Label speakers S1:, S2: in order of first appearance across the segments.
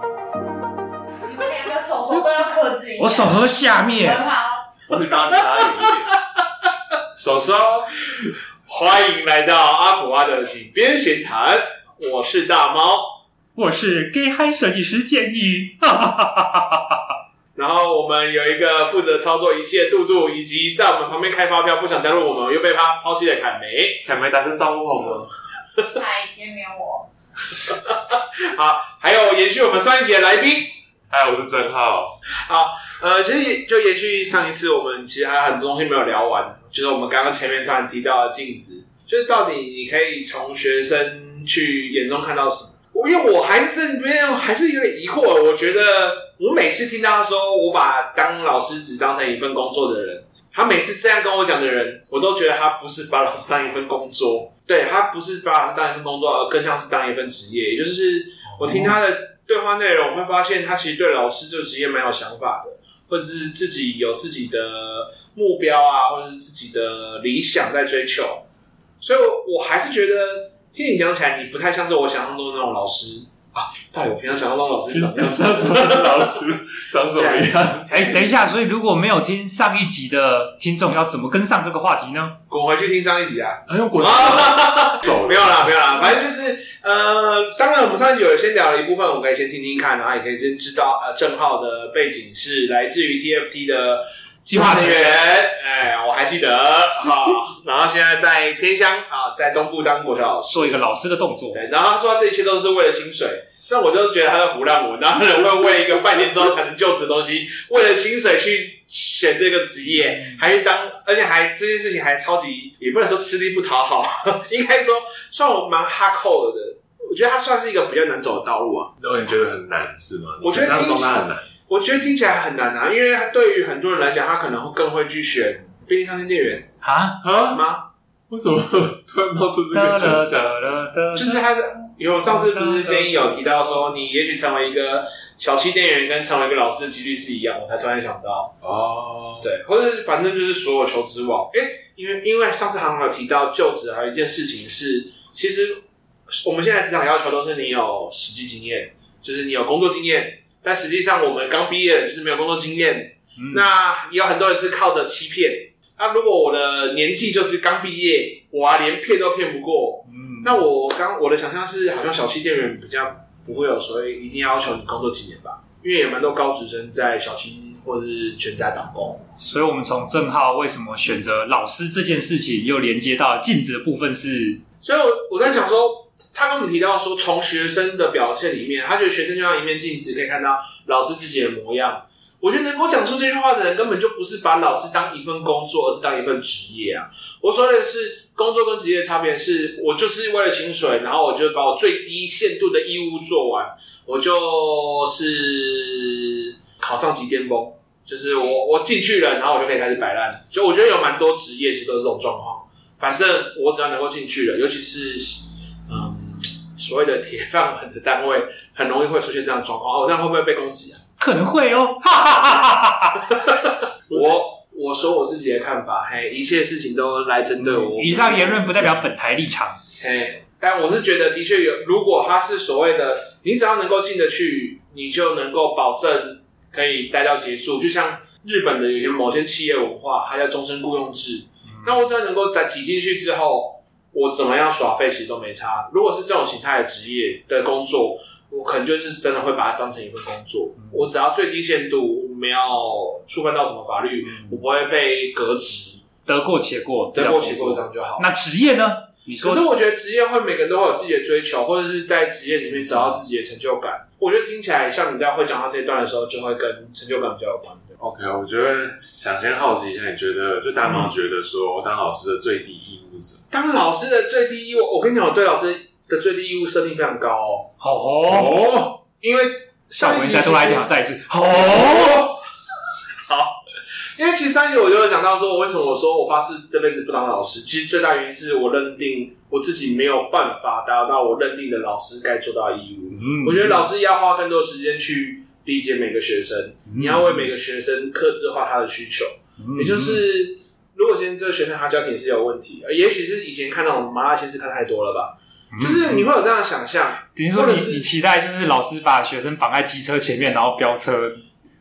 S1: 你们两个手手都要克制一下。
S2: 我手手下面，
S1: 很好，
S3: 我只帮你拉远一点。手手，欢迎来到阿普阿的井边闲谈，我是大猫。
S2: 我是 gay 嗨设计师建议，哈哈哈哈哈哈
S3: 然后我们有一个负责操作一切的杜杜，以及在我们旁边开发票不想加入我们又被他抛弃的凯梅。
S4: 凯梅打声招呼好吗？
S1: 嗨，今天没有我，
S3: 好，还有延续我们上一集的来宾，
S4: 嗨，我是郑浩。
S3: 呃，其实也就延续上一次，我们其实还有很多东西没有聊完，就是我们刚刚前面突然提到的镜子，就是到底你可以从学生去眼中看到什么？我因为我还是这里面还是有点疑惑，我觉得我每次听到他说我把当老师只当成一份工作的人，他每次这样跟我讲的人，我都觉得他不是把老师当一份工作，对他不是把老师当一份工作，而更像是当一份职业，也就是我听他的对话内容，我会发现他其实对老师这个职业蛮有想法的。或者是自己有自己的目标啊，或者是自己的理想在追求，所以我我还是觉得听你讲起来，你不太像是我想象中的那种老师啊。到底我平常想象中的老师是怎么
S4: 你
S3: 样？
S4: 上周的老师长什么样？
S2: 哎，等一下，所以如果没有听上一集的听众，要怎么跟上这个话题呢？
S3: 滚回去听上一集啊！
S4: 还用 滚走
S3: 没有啦，没有啦，反正就是呃，当然我们上一集有先聊了一部分，我们可以先听听看，然后也可以先知道呃郑浩的背景是来自于 TFT 的
S2: 计划成
S3: 成
S2: 员
S3: 员，哎，我还记得哈、然后现在在偏乡啊，在东部当国小老师。
S2: 做一个老师的动作，
S3: 对，然后他说这一切都是为了薪水，但我就觉得他在胡乱我，哪有人会为一个半年之后才能就职的东西，为了薪水去选这个职业，还去当，而且还这件事情还超级，也不能说吃力不讨好，应该说算我蛮哈扣的。我觉得他算是一个比较难走的道路啊，
S4: 然后你觉得很难是吗？
S3: 我觉得
S4: 你想象
S3: 听
S4: 中他很难。
S3: 我觉得听起来很难啊，因为对于很多人来讲，他可能会更会去选便利商店店员
S2: 啊，
S4: 啊？
S3: 吗？
S4: 为什么突然冒出这个
S2: 啊
S4: 选项？
S3: 就是他的有上次不是建议有提到说，你也许成为一个小七店员跟成为一个老师的几率是一样，我才突然想到，
S4: 哦，
S3: 对，或者是反正就是所有求职网，诶、因为因为上次好像有提到就职还有一件事情是，其实我们现在职场要求都是你有实际经验，就是你有工作经验，但实际上我们刚毕业就是没有工作经验，
S2: 嗯
S3: 那也有很多人是靠着欺骗。那、如果我的年纪就是刚毕业，我啊连骗都骗不过，
S2: 嗯
S3: 那我刚我的想象是，好像小七店员比较不会有所谓一定要求你工作几年吧，因为也蛮多高职生在小七或者是全家打工。
S2: 所以我们从郑浩为什么选择老师这件事情，又连接到镜子的部分是，
S3: 所以我我在想说，他跟我们提到说，从学生的表现里面，他觉得学生就像一面镜子，可以看到老师自己的模样。我觉得能够讲出这句话的人，根本就不是把老师当一份工作，而是当一份职业啊。我说的是工作跟职业的差别是，我就是为了薪水，然后我就把我最低限度的义务做完，我就是考上级巅峰，就是我我进去了，然后我就可以开始摆烂。就我觉得有蛮多职业其实都是这种状况，反正我只要能够进去了，尤其是嗯所谓的铁饭碗的单位，很容易会出现这样的状况。哦，这样会不会被攻击啊？
S2: 可能会哦，哈哈哈哈哈哈。
S3: 我我说我自己的看法，嘿，一切事情都来针 对我。
S2: 以上言论不代表本台立场。
S3: 嘿，但我是觉得的确有，如果他是所谓的，你只要能够进得去，你就能够保证可以待到结束。就像日本的有些某些企业文化，它叫终身雇佣制。那我只要能够在挤进去之后，我怎么样耍废其实都没差。如果是这种形态的职业的工作，我可能就是真的会把它当成一份工作。我只要最低限度没有触犯到什么法律，我不会被革职，
S2: 得过且过，
S3: 得过且过这
S2: 这样
S3: 样就好。
S2: 那职业呢？你
S3: 可
S2: 说
S3: 是我觉得职业会每个人都会有自己的追求，或者是在职业里面找到自己的成就感。我觉得听起来像你在会讲到这一段的时候，就会跟成就感比较有关。
S4: OK，我觉得想先好奇一下，你觉得就大猫觉得说当老师的最低义务是什么？
S3: 当老师的最低义务，我跟你讲，我对老师的最低义务设定非常高哦，
S2: 哦，
S4: 哦，
S3: 因为
S2: 那
S3: 上
S2: 我们
S3: 一集
S2: 再
S3: 其
S2: 多来
S3: 实
S2: 讲再一次。哦，
S3: 因为其实上一集我就有讲到说，我为什么我说我发誓这辈子不当老师，其实最大原因是我认定我自己没有办法达到我认定的老师该做到的义务。
S2: 嗯
S3: 我觉得老师要花更多时间去理解每个学生，你要为每个学生克制化他的需求。
S2: 嗯嗯
S3: 也就是如果今天这个学生他家庭是有问题，呃，也许是以前看那种麻辣鲜师看太多了吧，
S2: 嗯
S3: 就是你会有这样的想象，
S2: 等于说
S3: 或
S2: 你
S3: 者是
S2: 你期待就是老师把学生绑在机车前面，然后飙车，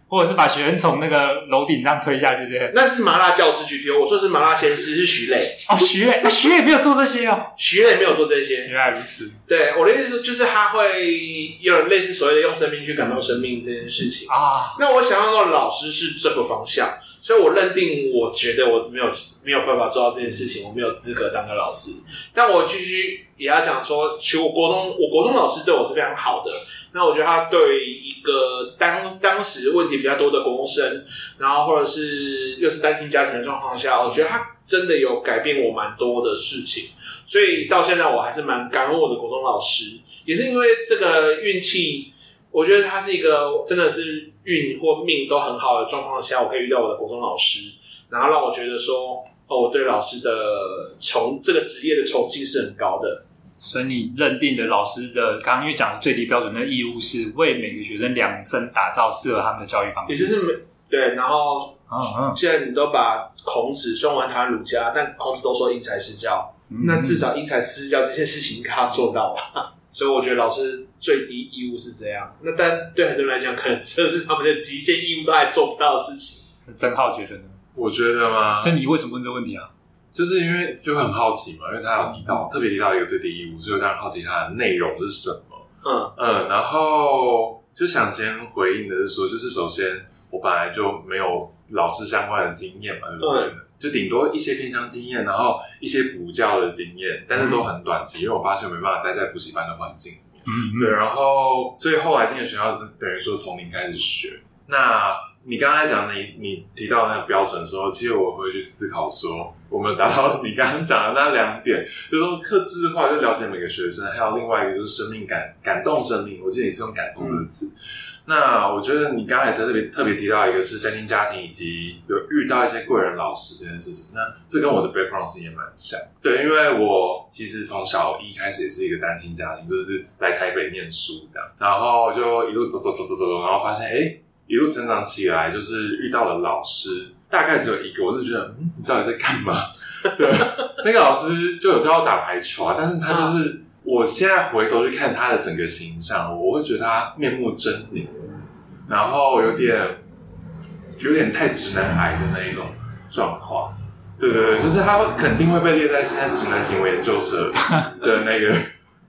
S2: 或者是把学生从那个楼顶上推下去这样。
S3: 那是麻辣教师 GTO，我说是麻辣鲜师是徐磊，
S2: 哦，徐磊，那徐磊没有做这些哦。
S3: 徐磊没有做这些。
S2: 原来如此
S3: 对我的意思是就是他会有类似所谓的用生命去感动生命这件事情。
S2: 啊，
S3: 那我想要的老师是这个方向，所以我认定，我觉得我没有没有办法做到这件事情，我没有资格当个老师。但我继续也要讲说，其实我国中我国中老师对我是非常好的。那我觉得他对一个当当时问题比较多的国中生，然后或者是又是单亲家庭的状况下，我觉得他真的有改变我蛮多的事情。所以到现在我还是蛮感恩我的国中老师，也是因为这个运气，我觉得他是一个真的是运或命都很好的状况下，我可以遇到我的国中老师，然后让我觉得说，哦，我对老师的崇这个职业的崇敬是很高的。
S2: 所以你认定的老师的，刚刚因为讲的最低标准的义务是为每个学生量身打造适合他们的教育方式，
S3: 也就是每对，然后
S2: 嗯
S3: 现在你都把孔子，虽然我很讨厌儒家，但孔子都说因材施教，
S2: 嗯，
S3: 那至少因材施教这件事情应该要做到吧。 所以我觉得老师最低义务是这样，那但对很多人来讲，可能这是他们的极限义务，都还做不到的事情。
S2: 曾浩觉得呢？
S4: 我觉得嘛，
S2: 就你为什么问这个问题啊？
S4: 就是因为就很好奇嘛，因为他有提到特别提到一个最低义务，所以我当然好奇它的内容是什么。
S3: 嗯，
S4: 嗯，然后就想先回应的是说，就是首先我本来就没有老师相关的经验嘛，对不对？就顶多一些偏向经验，然后一些补教的经验，但是都很短期，因为我发现我没办法待在补习班的环境里面。
S2: 嗯
S4: 对，然后所以后来进的学校是等于说从零开始学。那你刚才讲的你你提到那个标准的时候，其实我会去思考说，我们达到你刚刚讲的那两点，就是说克制化就了解每个学生，还有另外一个就是生命感感动生命，我记得你是用感动这个词。那我觉得你刚才特别特别提到一个是单亲家庭，以及有遇到一些贵人老师这件事情。那这跟我的 background 其实也蛮像，对，因为我其实从小一开始也是一个单亲家庭，就是来台北念书这样，然后就一路走走走走走走，然后发现哎、诶一路成长起来，就是遇到了老师，大概只有一个，我就觉得嗯，你到底在干嘛？对，那个老师就有教我打排球啊，但是他就是、我现在回头去看他的整个形象，我会觉得他面目狰狞，然后有点有点太直男癌的那一种状况。对对对，就是他会肯定会被列在现在直男行为研究者的那个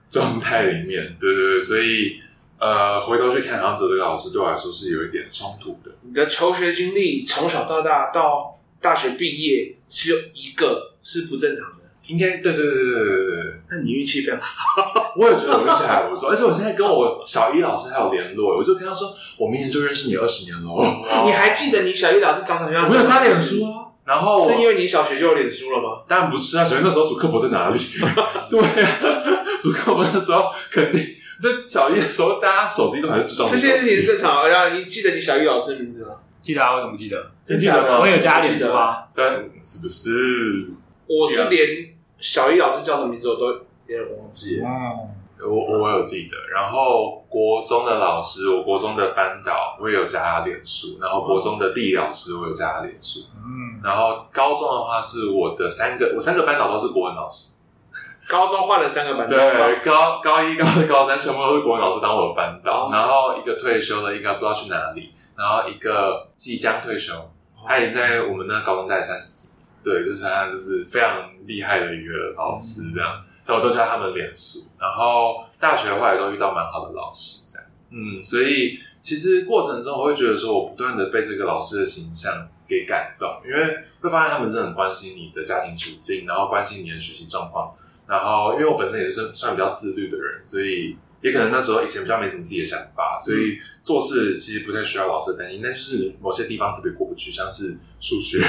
S4: 状态里面。对对对，所以呃，回头去看杨哲这个老师，对我来说是有一点冲突的。
S3: 你的求学经历从小到大到大学毕业只有一个是不正常的，
S4: 应该对对对对对对对对。
S3: 那你运气非常好。
S4: 我也觉得我运气还不错，而且我现在跟我小一老师还有联络，我就跟他说，我明年就认识你二十年喽。
S3: 你还记得你小一老师长什么样
S4: 我
S3: 子吗？
S4: 没有擦脸书啊，然后我
S3: 是因为你小学就有脸书了吗？
S4: 当然不是啊，首先那时候主课博 在哪里？对啊，主课博那时候肯定在小一的时候，大家手机都还是智障手
S3: 这
S4: 机。
S3: 些事情是正常的。然后你记得你小一老师的名字吗？
S2: 记得啊，为什么记得？
S4: 你记得吗
S2: 我有加脸书啊，
S4: 但是不是？
S3: 我是连小一老师叫什么名字我都有点忘记了。
S2: 哦，
S4: 我我有记得，然后国中的老师，我国中的班导，我也有加他脸书，然后国中的地理老师，我有加他脸书，
S2: 嗯，
S4: 然后高中的话是我的三个，我三个班导都是国文老师，
S3: 高中换了三个班导，
S4: 对，高高一、高二、高三全部都是国文老师当我的班导，
S3: 哦
S4: 然后一个退休了，一个不知道去哪里，然后一个即将退
S3: 哦
S4: 休，他
S3: 哎
S4: 已经在我们那高中待三十几年，对，就是他就是非常厉害的一个老师
S3: 嗯
S4: 这样，所以我都教他们脸书，然后大学后来都遇到蛮好的老师这样，嗯，所以其实过程中我会觉得说我不断的被这个老师的形象给感动，因为会发现他们真的很关心你的家庭处境，然后关心你的学习状况。然后因为我本身也是算比较自律的人，所以也可能那时候以前比较没什么自己的想法，
S3: 嗯
S4: 所以做事其实不太需要老师的担心，但就是某些地方特别过不去，像是数学，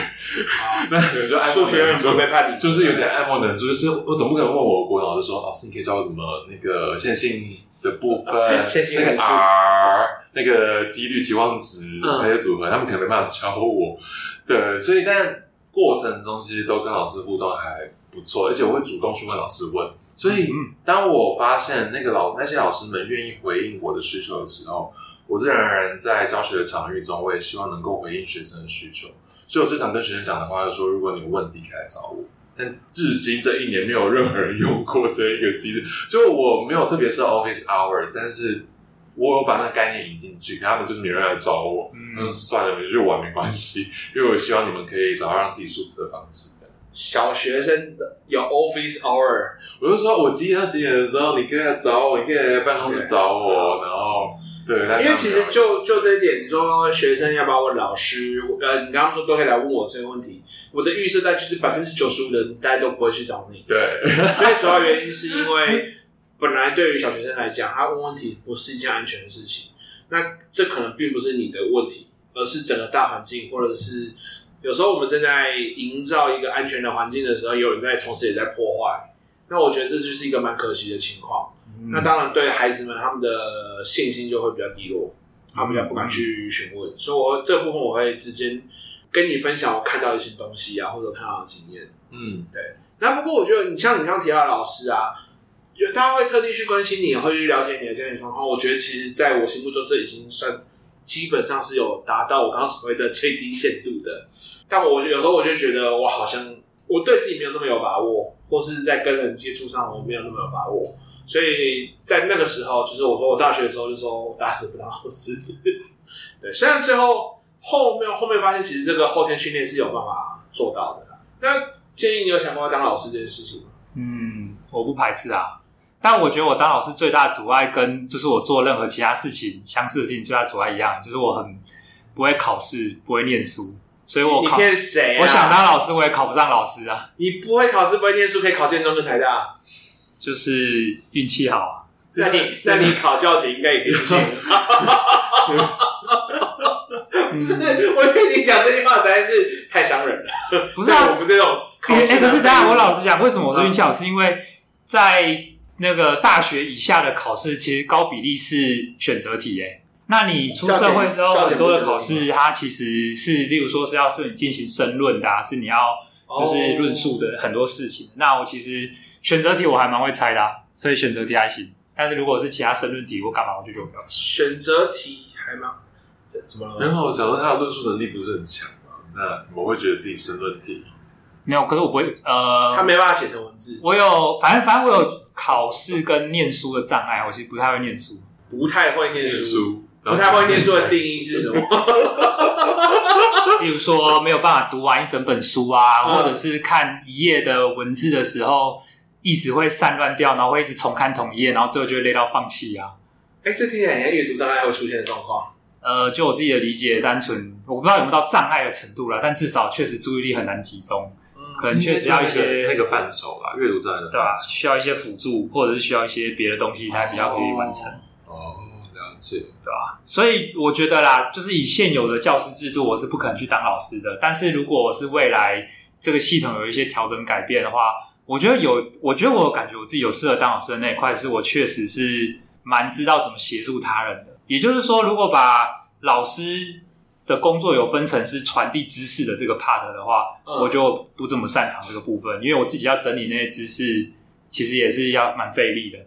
S4: 那可能就爱 莫
S3: 数学
S4: 能
S3: 院
S4: 助
S3: 不被判理，
S4: 就是有点爱莫能助，就是我总不可能问我国文老师说，老师你可以教我怎么那个线性的部 分，
S3: 线性
S4: 那
S3: 函
S4: 个
S3: 数
S4: r 那个几率期望值
S3: 嗯
S4: 那些组合，他们可能没办法教我。对，所以但过程中其实都跟老师互动还不错，而且我会主动去问老师问。所以
S2: 嗯
S4: 当我发现那个老那些老师们愿意回应我的需求的时候，我自然而然在教学的场域中，我也希望能够回应学生的需求。所以我最常跟学生讲的话就是说，如果你有问题可以来找我。但至今这一年没有任何人用过这一个机制，就我没有特别设 office hour，但是我有把那个概念引进去，可他们就是没有人来找我。嗯，
S2: 嗯，
S4: 算了，我们就玩没关系，因为我希望你们可以找到让自己舒服的方式。这样，
S3: 小学生的有 office hour，
S4: 我就说我几点到几点的时候，你可以来找我，你可以来办公室找我，然后对，但
S3: 啊因为其实就就这一点，你说学生要不要问老师？呃，你刚刚说都可以来问我这个问题。我的预设大概就是百分之九十五的人大家都不会去找你，
S4: 对，
S3: 所以主要原因是因为本来对于小学生来讲，他问问题不是一件安全的事情，那这可能并不是你的问题，而是整个大环境，或者是有时候我们正在营造一个安全的环境的时候，有人在同时也在破坏。那我觉得这就是一个蛮可惜的情况。
S2: 嗯
S3: 那当然，对孩子们他们的信心就会比较低落，他们比较不敢去询问。所以我这部分我会直接跟你分享我看到一些东西啊，或者看到的经验。
S4: 嗯，
S3: 那不过我觉得你像你刚刚提到的老师啊，有他会特地去关心你，会去了解你的家庭状况。我觉得其实在我心目中，这已经算基本上是有达到我刚刚所谓的最低限度的。但我有时候我就觉得我好像我对自己没有那么有把握，或是在跟人接触上我没有那么有把握。所以在那个时候，就是我说我大学的时候就说我打死不当老师。 对，虽然最后后面后面发现，其实这个后天训练是有办法做到的啦。那建议你有想过要当老师这件事情吗？
S2: 嗯，我不排斥啊。但我觉得我当老师最大的阻碍，跟就是我做任何其他事情相似的事情最大的阻碍一样，就是我很不会考试，不会念书，所以我
S3: 你
S2: 考，
S3: 骗谁、啊？
S2: 我想当老师，我也考不上老师啊，
S3: 你不会考试，不会念书，可以考建中跟台大。啊
S2: 就是运气好啊。
S3: 那你那你考教检应该也可以进。不
S2: 嗯
S3: 是，我跟你讲这句话实在是太伤人了。
S2: 不是啊
S3: 对我们这种考
S2: 哎、
S3: 试
S2: 欸
S3: 的
S2: 可是等一下，我老实讲，为什么我说运气好？是因为在那个大学以下的考试，其实高比例是选择题、欸。那你出社会之后，
S3: 教检
S2: 很多的
S3: 教检
S2: 考
S3: 不是选择
S2: 试，它其实是，例如说是要是你进行申论的、啊，是你要
S3: 哦
S2: 就是论述的很多事情。那我其实选择题我还蛮会猜的、啊，所以选择题还行。但是如果是其他申论题或干嘛，我就觉得我比较
S3: 选择题还蛮这怎么
S2: 嗯
S3: 了？
S4: 然后我想说他的论述能力不是很强嘛，那怎么会觉得自己申论题？
S2: 没有。可是我不会，呃，
S3: 他没办法写成文字，
S2: 我有，反正反正我有考试跟念书的障碍，我其实不太会念书。
S3: 不太会念
S4: 念
S3: 书。
S4: 书，
S3: 不太会念书的定义是什 么？
S2: 比如说没有办法读完一整本书啊，
S3: 嗯
S2: 或者是看一页的文字的时候，意识会散乱掉，然后会一直重看同一页，然后最后就会累到放弃啊。
S3: 哎，这听起来很像阅读障碍会出现的状况。
S2: 呃，就我自己的理解，单纯我不知道有没有到障碍的程度啦，但至少确实注意力很难集中，可能
S3: 嗯
S2: 确实要一些
S4: 那个范畴啦，阅读障碍的
S2: 对吧、
S4: 范畴。
S2: 需要一些辅助，或者是需要一些别的东西才比较可以完成。
S4: 哦，了解。
S2: 所以我觉得啦，就是以现有的教师制度，我是不可能去当老师的。但是如果我是未来这个系统有一些调整改变的话，我觉得有，我觉得我感觉我自己有适合当老师的那一块，是我确实是蛮知道怎么协助他人的。也就是说，如果把老师的工作有分成是传递知识的这个 part 的话，
S3: 嗯
S2: 我就不怎么擅长这个部分，因为我自己要整理那些知识，其实也是要蛮费力的。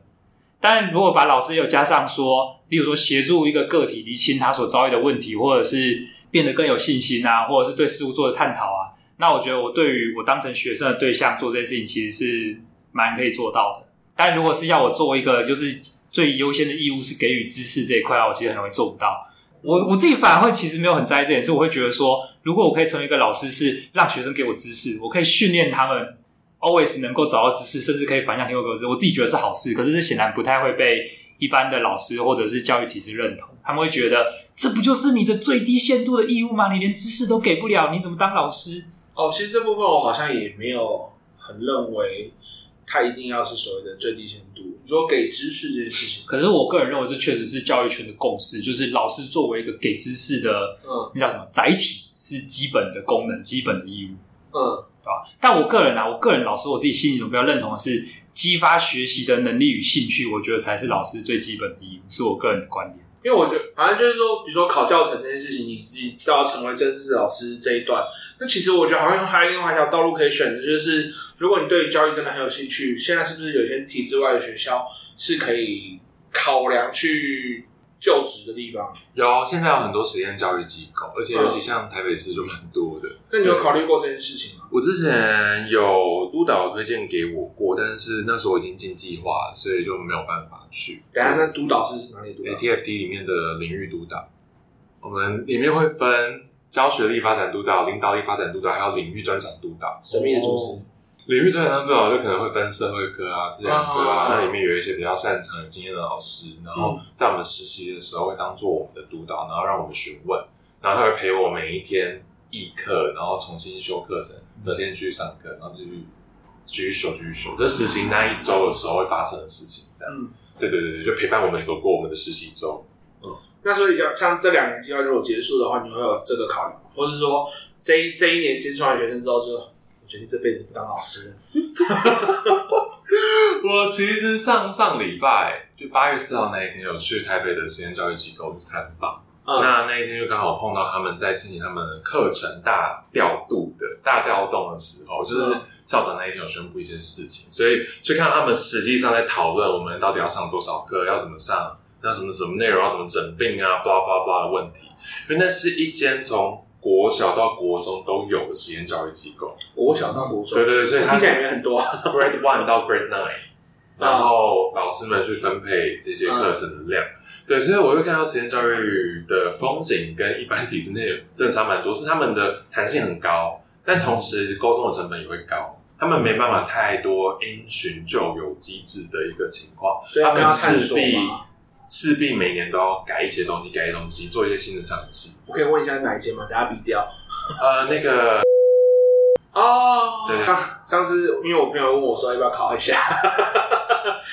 S2: 但如果把老师有加上说，例如说协助一个个体厘清他所遭遇的问题，或者是变得更有信心啊，或者是对事物做的探讨啊，那我觉得我对于我当成学生的对象做这件事情，其实是蛮可以做到的。但如果是要我做一个就是最优先的义务是给予知识这一块啊，我其实很容易做不到。我我自己反而会其实没有很在意这点，是我会觉得说，如果我可以成为一个老师，是让学生给我知识，我可以训练他们 always 能够找到知识，甚至可以反向提供给我知识，我自己觉得是好事。可是这显然不太会被一般的老师或者是教育体制认同，他们会觉得这不就是你的最低限度的义务吗？你连知识都给不了，你怎么当老师？
S3: 哦，其实这部分我好像也没有很认为它一定要是所谓的最低限度。你说给知识这件事情，
S2: 可是我个人认为，这确实是教育圈的共识，就是老师作为一个给知识的呃
S3: 嗯
S2: 那叫什么载体，是基本的功能、基本的义务。
S3: 嗯，
S2: 对吧？但我个人啊，我个人老师我自己心里总比较认同的是，激发学习的能力与兴趣，我觉得才是老师最基本的义务，是我个人的观点。
S3: 因为我觉得反正就是说，比如说考教程这件事情，你自己到成为正式老师这一段，那其实我觉得好像还有另外一条道路可以选的，就是如果你对于教育真的很有兴趣，现在是不是有些体制外的学校是可以考量去就职的地方？
S4: 有现在有很多实验教育机构，而且尤其像台北市就蛮多的。
S3: 那你有考虑过这件事情吗？
S4: 我之前有督导推荐给我过，但是那时候我已经进计划，所以就没有办法去。
S3: 等一下，那督导是哪里督导？
S4: ATFT 里面的领域督导，我们里面会分教学力发展督导、领导力发展督导，还有领域专长督导。
S3: 神秘的组织。
S4: 领域专长督导就可能会分社会科啊、自然科
S3: 哦
S4: 啊，那里面有一些比较擅长、有经验的老师，然后
S3: 嗯
S4: 在我们实习的时候会当做我们的督导，然后让我们询问，然后他会陪我每一天议课，然后重新修课程，隔天去上课，然后就去继续修、继续修。就实习那一周的时候会发生的事情，这样。
S3: 嗯
S4: 对对对对，就陪伴我们走过我们的实习周。
S3: 那所以要像这两年计划如果结束的话，你会有这个考量吗，或者说这一这一年接触完学生之后就，我决定这辈子不当老师了。
S4: 我其实上上礼拜就八月四号那一天有去台北的实验教育机构去参访，
S3: 嗯
S4: 那那一天就刚好碰到他们在进行他们的课程大调度的大调动的时候，就是
S3: 嗯
S4: 校长那一天有宣布一些事情，所以就看到他们实际上在讨论我们到底要上多少课，要怎么上，那什么什么内容要怎么整并啊，blah blah blah 的问题，因为那是一间从国小到国中都有的实验教育机构，
S3: 国小到国中，
S4: 对对对，所以他
S3: 听起来也没有很多。啊
S4: Grade One 到 Grade Nine，然后老师们去分配这些课程的量。对，所以我会看到实验教育的风景跟一般体制内真的差蛮多，是他们的弹性很高，但同时沟通的成本也会高。他们没办法太多因循就有机制的一个情况，
S3: 所以
S4: 他
S3: 啊要跟
S4: 们
S3: 他探
S4: 势
S3: 索
S4: 必
S3: 嘛
S4: 势必每年都要改一些东西，改一些东西，做一些新的尝试。
S3: 我可以问一下哪一间吗？大家比掉。
S4: 呃，那个
S3: 哦
S4: 对
S3: 上上次因为我朋友问我说要不要考一下，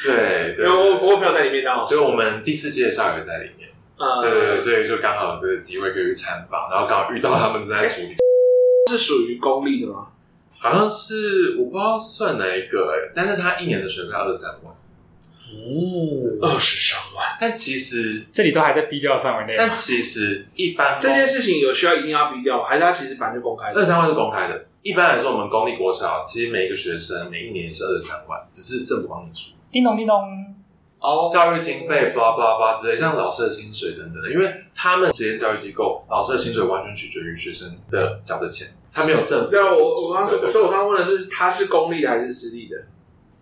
S4: 对
S3: 因
S4: 对，
S3: 为我我有朋友在里面当老
S4: 所
S3: 师
S4: 以，我们第四届的校友也在里面。
S3: 呃，
S4: 对对对，所以就刚好有这个机会可以去参访，然后刚好遇到他们正在处
S3: 哎
S4: 理，
S3: 是属于公立的吗？
S4: 好像是我不知道算哪一个、欸，但是他一年的学费二十三万，
S2: 哦，
S3: 二十三万，
S4: 但其实
S2: 这里都还在逼掉的范围内吗。啊
S4: 但其实一般
S3: 啊这件事情有需要一定要比掉吗？还是他其实本来就公开
S4: 二
S3: 的
S4: 十？三万是公开的，一般来说我们公立国小其实每一个学生每一年也是二十三万，只是政府帮你出
S2: 叮咚叮咚，
S3: 哦
S4: 教育经费，blah blah blah 之类，像老师的薪水等等的，因为他们实验教育机构老师的薪水完全取决于学生的缴的钱，他没有政府。
S3: 对啊，我我刚
S4: 对对
S3: 说，
S4: 对
S3: 所以我刚刚问的是，他是公立的还是私立的？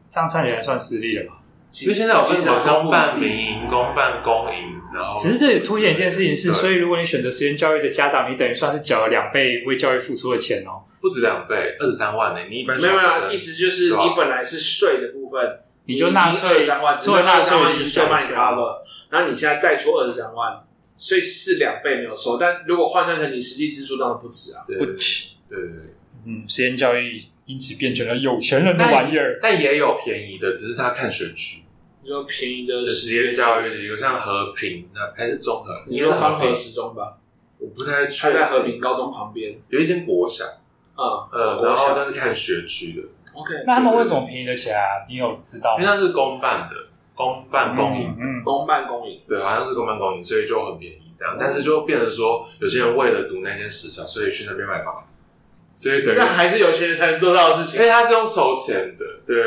S2: 这样算起来算私立了
S4: 哦
S2: 吧？
S3: 其
S4: 因为现在有分什么公办民营、公办公营，然后
S2: 只是这里凸显一件事情是，
S4: 对
S2: 所以如果你选择实验教育的家长，你等于算是缴了两倍为教育付出的钱哦。
S4: 不止两倍，二十三万呢、你一般
S3: 没有没
S4: 小学
S3: 有，
S4: 生
S3: 意思就是
S4: 对吧
S3: 你本来是税的部分，
S2: 你就纳
S3: 二
S2: 税
S3: 十三万，，
S2: 作为纳税
S3: 税，
S2: 人
S3: 你税帮你
S2: 想
S3: cover，然后你现在再出二十三万，所以是两倍没有收。但如果换算成你实际支出，当然不止啊。
S4: 对
S2: 不
S4: 对
S2: 起，
S4: 对对，
S2: 嗯，实验教育因此变成了有钱人的玩意儿。
S4: 但也有便宜的，只是他看选区。
S3: 你说便宜的
S4: 实验教育有像和平，那还是综合，
S3: 你说方和
S4: 和，
S3: 时中吧，
S4: 我不太确
S3: 他在和
S4: 定。
S3: 平高中旁边
S4: 有一间国小，
S3: 啊。
S4: 呃，
S3: 国
S4: 然
S3: 小
S4: 后但是看学区的，
S3: OK，
S2: 那他们为什么便宜得起来啊？你有知道
S4: 因为
S2: 吗？
S4: 那是公办的，公办公营
S2: 嗯，嗯，
S3: 公办公营，
S4: 对，好像是公办公营，所以就很便宜这样。但是就变成说，有些人为了读那间实小，所以去那边买房子，所以等于
S3: 但还是有钱人才能做到的事情
S4: 因。为他是用筹钱的，对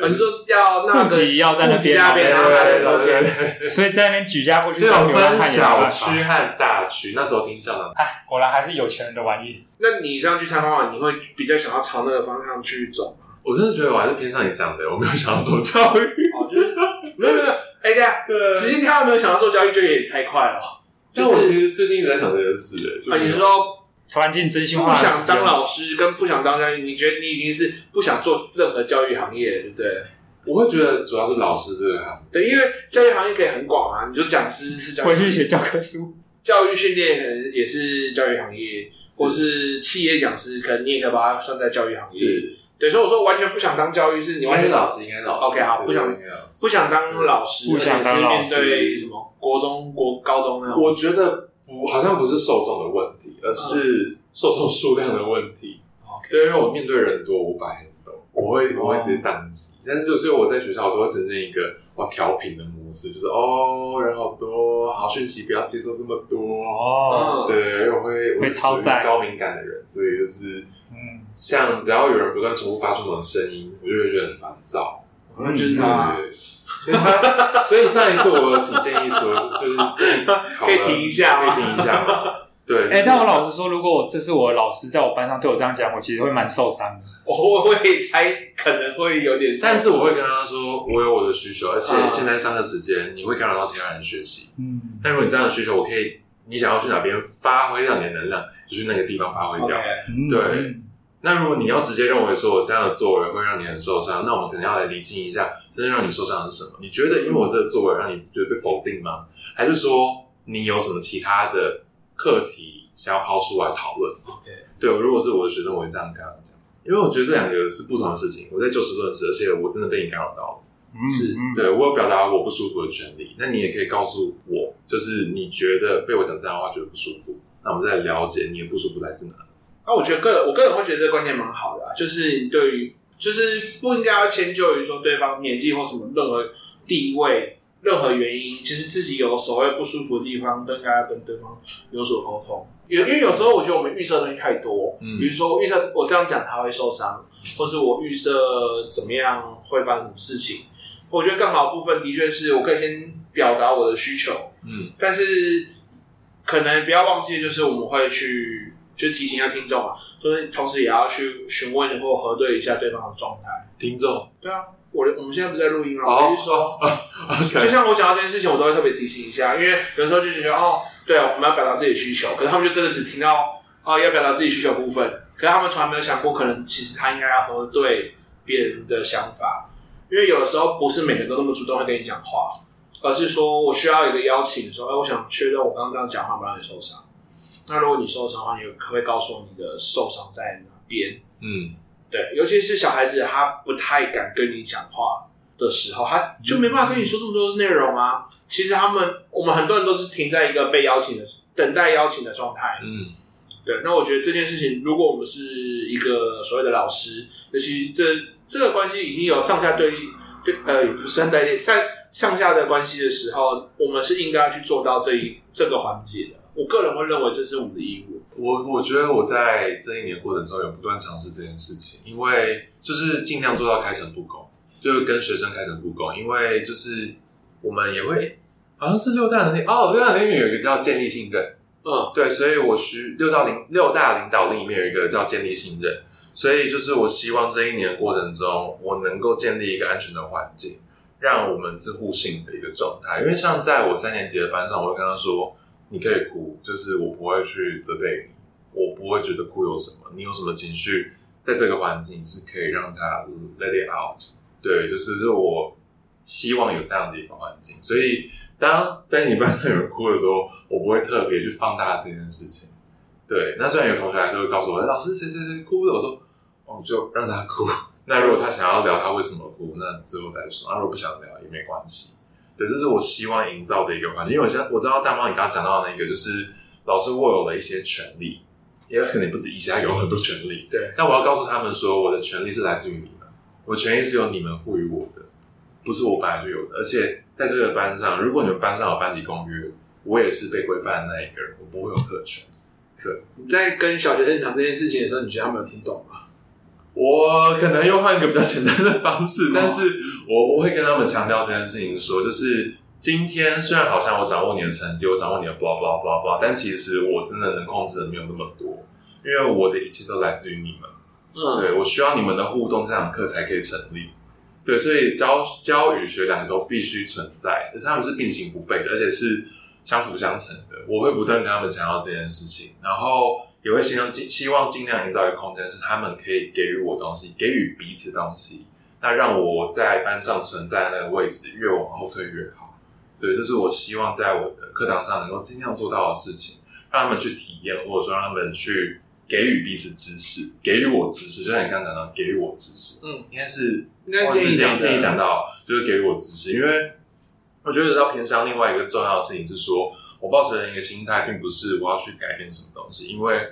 S3: 啊，你说要那
S2: 户籍要在那边
S3: 那
S2: 啊
S3: 边，
S2: 对
S3: 然后
S2: 对
S3: 他才
S2: 对
S3: 抽
S4: 对
S3: 签。
S4: 对
S2: 所以在那边举家过去
S4: 就有
S2: 当牛郎
S4: 分
S2: 汉也没办
S4: 小
S2: 法
S4: 区和大区。那时候听校长，
S2: 哎，果然还是有钱人的玩意。
S3: 那你这样去参观完，你会比较想要朝那个方向去走吗？
S4: 我真的觉得我还是偏向你讲的，我没有想要走教育。
S3: 哦，就是没有没有，哎、等一下，直接跳没有想要做交易，就也太快了。哦就
S4: 但我
S3: 是
S4: 其实最近一直在想这件事，哎
S3: 啊，
S4: 就
S3: 你说
S2: 突然进真心话
S3: 不
S2: 的时间，
S3: 想当老师跟不想当教育，你觉得你已经是不想做任何教育行业了，对不对？
S4: 我会觉得主要是老师这个行业，
S3: 对，因为教育行业可以很广啊，你说讲师是教
S2: 回去
S3: 育，
S2: 写教科书。
S3: 教育训练可能也是教育行业，或是企业讲师，可能你也可以把它算在教育行业。
S4: 是
S3: 对，所以我说完全不想当教育，是你
S4: 应
S3: 完
S4: 该
S3: 全
S4: 是老师，应该是老师。
S3: OK，好
S4: 对
S3: 不想
S4: 应该是老师
S3: 不想当老师，
S2: 不想当老师
S3: 而且是面对什么国中、国高中那种。
S4: 我觉得不，好像不是受众的问题，而是受众数量的问题。
S3: OK
S4: 对，因为我面对人多，我无法 handle，我
S3: 哦
S4: 会我会直接宕机。但是，所以我在学校我都会呈现一个哇调频的模式，就是哦人好多，好讯息不要接受这么多。
S2: 哦，
S3: 嗯，
S4: 对，因为我会我
S2: 会超载
S4: 是高敏感的人，所以就是
S2: 嗯，
S4: 像只要有人不断重复发出那种声音，我就会觉得很烦躁。
S3: 那嗯就是他，啊
S4: 对所以他，所以上一次我有提建议说，就是建 议好了
S3: 可以停一下吗
S4: 可以停一下嘛。对，
S2: 哎、但我老实说，如果这是我老师在我班上对我这样讲，我其实会蛮受伤的。
S3: 我会猜可能会有点像，
S4: 但是我会跟他说，我有我的需求，而
S3: 啊
S4: 且现在上课时间你会干扰到其他人学习。
S2: 嗯，
S4: 但如果你这样的需求，我可以，你想要去哪边发挥掉你的能量，就去那个地方发挥掉。
S3: OK
S4: 对
S2: 嗯
S4: 那如果你要直接认为说我这样的作为会让你很受伤，那我们可能要来厘清一下，真正让你受伤的是什么？你觉得因为我这个作为让你觉得被否定吗？还是说你有什么其他的课题想要抛出来讨论
S3: OK
S4: 对，如果是我的学生，我会这样跟他讲，因为我觉得这两个是不同的事情。我在就事论事，而且我真的被你干扰到了。
S2: 嗯
S3: 是
S2: 嗯
S4: 对我有表达我不舒服的权利，那你也可以告诉我，就是你觉得被我讲这样的话觉得不舒服，那我们再了解你的不舒服来自哪。
S3: 那我觉得个人，我个人会觉得这个观念蛮好的、啊，就是你对于，就是不应该要迁就于说对方年纪或什么任何地位、任何原因，其实自己有所谓不舒服的地方，都应该要跟对方有所沟通。有，因为有时候我觉得我们预设的东西太多，
S4: 嗯
S3: 比如说我预设我这样讲他会受伤，或是我预设怎么样会发生什么事情。我觉得更好的部分的确是我可以先表达我的需求，
S4: 嗯
S3: 但是可能不要忘记，就是我们会去就提醒一下听众嘛，就是同时也要去询问或核对一下对方的状态。
S4: 听众
S3: 对啊，我我们现在不是在录音吗？啊
S4: 哦
S3: 我就是说，
S4: ，OK，
S3: 就像我讲到这件事情，我都会特别提醒一下，因为有时候就觉得哦，对啊，我们要表达自己的需求，可是他们就真的只听到哦要表达自己需求的部分，可是他们从来没有想过，可能其实他应该要核对别人的想法，因为有的时候不是每个人都那么主动会跟你讲话，而是说我需要一个邀请，说，哎、我想确认我刚刚这样讲话不让你受伤。那如果你受伤的话，你可不可以告诉我你的受伤在哪边？
S4: 嗯。
S3: 对，尤其是小孩子，他不太敢跟你讲话的时候，他就没办法跟你说这么多内容啊。其实他们，我们很多人都是停在一个被邀请的、等待邀请的状态。
S4: 嗯
S3: 对，那我觉得这件事情，如果我们是一个所谓的老师，尤其这这个关系已经有上下对立，对呃，也不算对立，上上下的关系的时候，我们是应该去做到这一这个环节的。我个人会认为这是我们的义务。
S4: 我我觉得我在这一年过程中有不断尝试这件事情，因为就是尽量做到开诚布公，就是跟学生开诚布公，因为就是我们也会、诶好像是六大能力哦，六大能力有一个叫建立信任，
S3: 嗯，
S4: 对，所以我需六到零六大领导力里面有一个叫建立信任，所以就是我希望这一年的过程中，我能够建立一个安全的环境，让我们是互信的一个状态。因为像在我三年级的班上，我会跟他说，你可以哭，就是我不会去责备你，我不会觉得哭有什么，你有什么情绪，在这个环境是可以让他 let it out。对，就是是我希望有这样的一个环境，所以当在你班上有人哭的时候，我不会特别去放大这件事情。对，那虽然有同学还是会告诉我，哎老师谁谁谁哭了，我说哦，就让他哭。那如果他想要聊他为什么哭，那之后再说。那如果不想聊也没关系。对，这是我希望营造的一个环境，因为我现在我知道大猫你刚刚讲到的那个，就是老师握有了一些权利，也可能不止一下有很多权利，
S3: 对，
S4: 但我要告诉他们说，我的权利是来自于你们，我的权利是由你们赋予我的，不是我本来就有的。而且在这个班上，如果你们班上有班级公约，我也是被规范的那一个人，我不会有特权。
S3: 你在跟小学生讲这件事情的时候，你觉得他们有听懂吗？
S4: 我可能又换一个比较简单的方式，但是我我会跟他们强调这件事情说就是今天虽然好像我掌握你的成绩，我掌握你的 blah blah blah blah，但其实我真的能控制的没有那么多，因为我的一切都来自于你们。
S3: 嗯，
S4: 对我需要你们的互动，这堂课才可以成立。对，所以教教与学两个都必须存在，可是他们是并行不悖的，而且是相辅相成的。我会不断跟他们强调这件事情，然后也会希望尽希望尽量营造一个空间，是他们可以给予我东西，给予彼此东西，那让我在班上存在的那个位置越往后退越好。对，这是我希望在我的课堂上能够尽量做到的事情。让他们去体验，或者说让他们去给予彼此知识，给予我知识，就像你刚刚讲到，给予我知识，
S3: 嗯，
S4: 应该是
S3: 应该建议
S4: 建
S3: 讲
S4: 议
S3: 的
S4: 建议讲到，就是给予我知识，因为我觉得要偏向另外一个重要的事情是说，我抱持的一个心态，并不是我要去改变什么东西，因为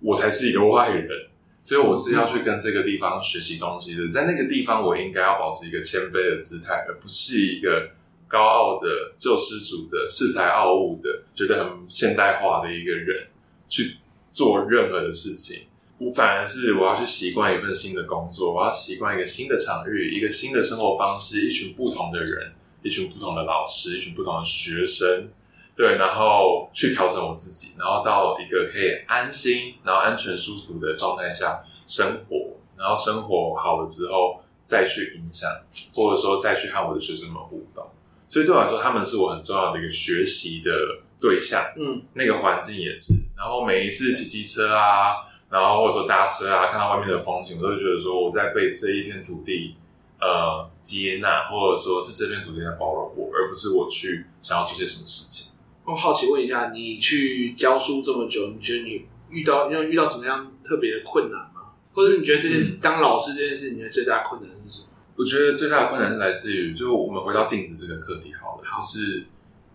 S4: 我才是一个外人。所以我是要去跟这个地方学习东西的，在那个地方我应该要保持一个谦卑的姿态，而不是一个高傲的救世主的恃才傲物的，觉得很现代化的一个人去做任何的事情。我反而是我要去习惯一份新的工作，我要习惯一个新的场域，一个新的生活方式，一群不同的人，一群不同的老师，一群不同的学生，对，然后去调整我自己，然后到一个可以安心，然后安全舒服的状态下生活，然后生活好了之后再去影响，或者说再去和我的学生们互动。所以对我来说，他们是我很重要的一个学习的对象。
S3: 嗯，
S4: 那个环境也是。然后每一次骑机车啊，然后或者说搭车啊，看到外面的风景，我都会觉得说我在被这一片土地呃接纳，或者说是这片土地在包容我，而不是我去想要做些什么事情。
S3: 我好奇问一下，你去教书这么久，你觉得你遇到你有遇到什么样特别的困难吗？或者你觉得这件事、当老师这件事，你觉得最大的困难是什么？
S4: 我觉得最大的困难是来自于，就是我们回到镜子这个课题好了，就是